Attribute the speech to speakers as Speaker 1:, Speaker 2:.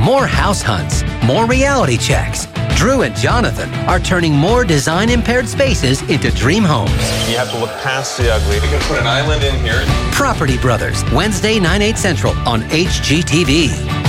Speaker 1: more house hunts, more reality checks. Drew and Jonathan are turning more design impaired spaces into dream homes.
Speaker 2: You have to look past the ugly. You can put an island in here.
Speaker 1: Property Brothers, Wednesday, 9, 8 central on HGTV.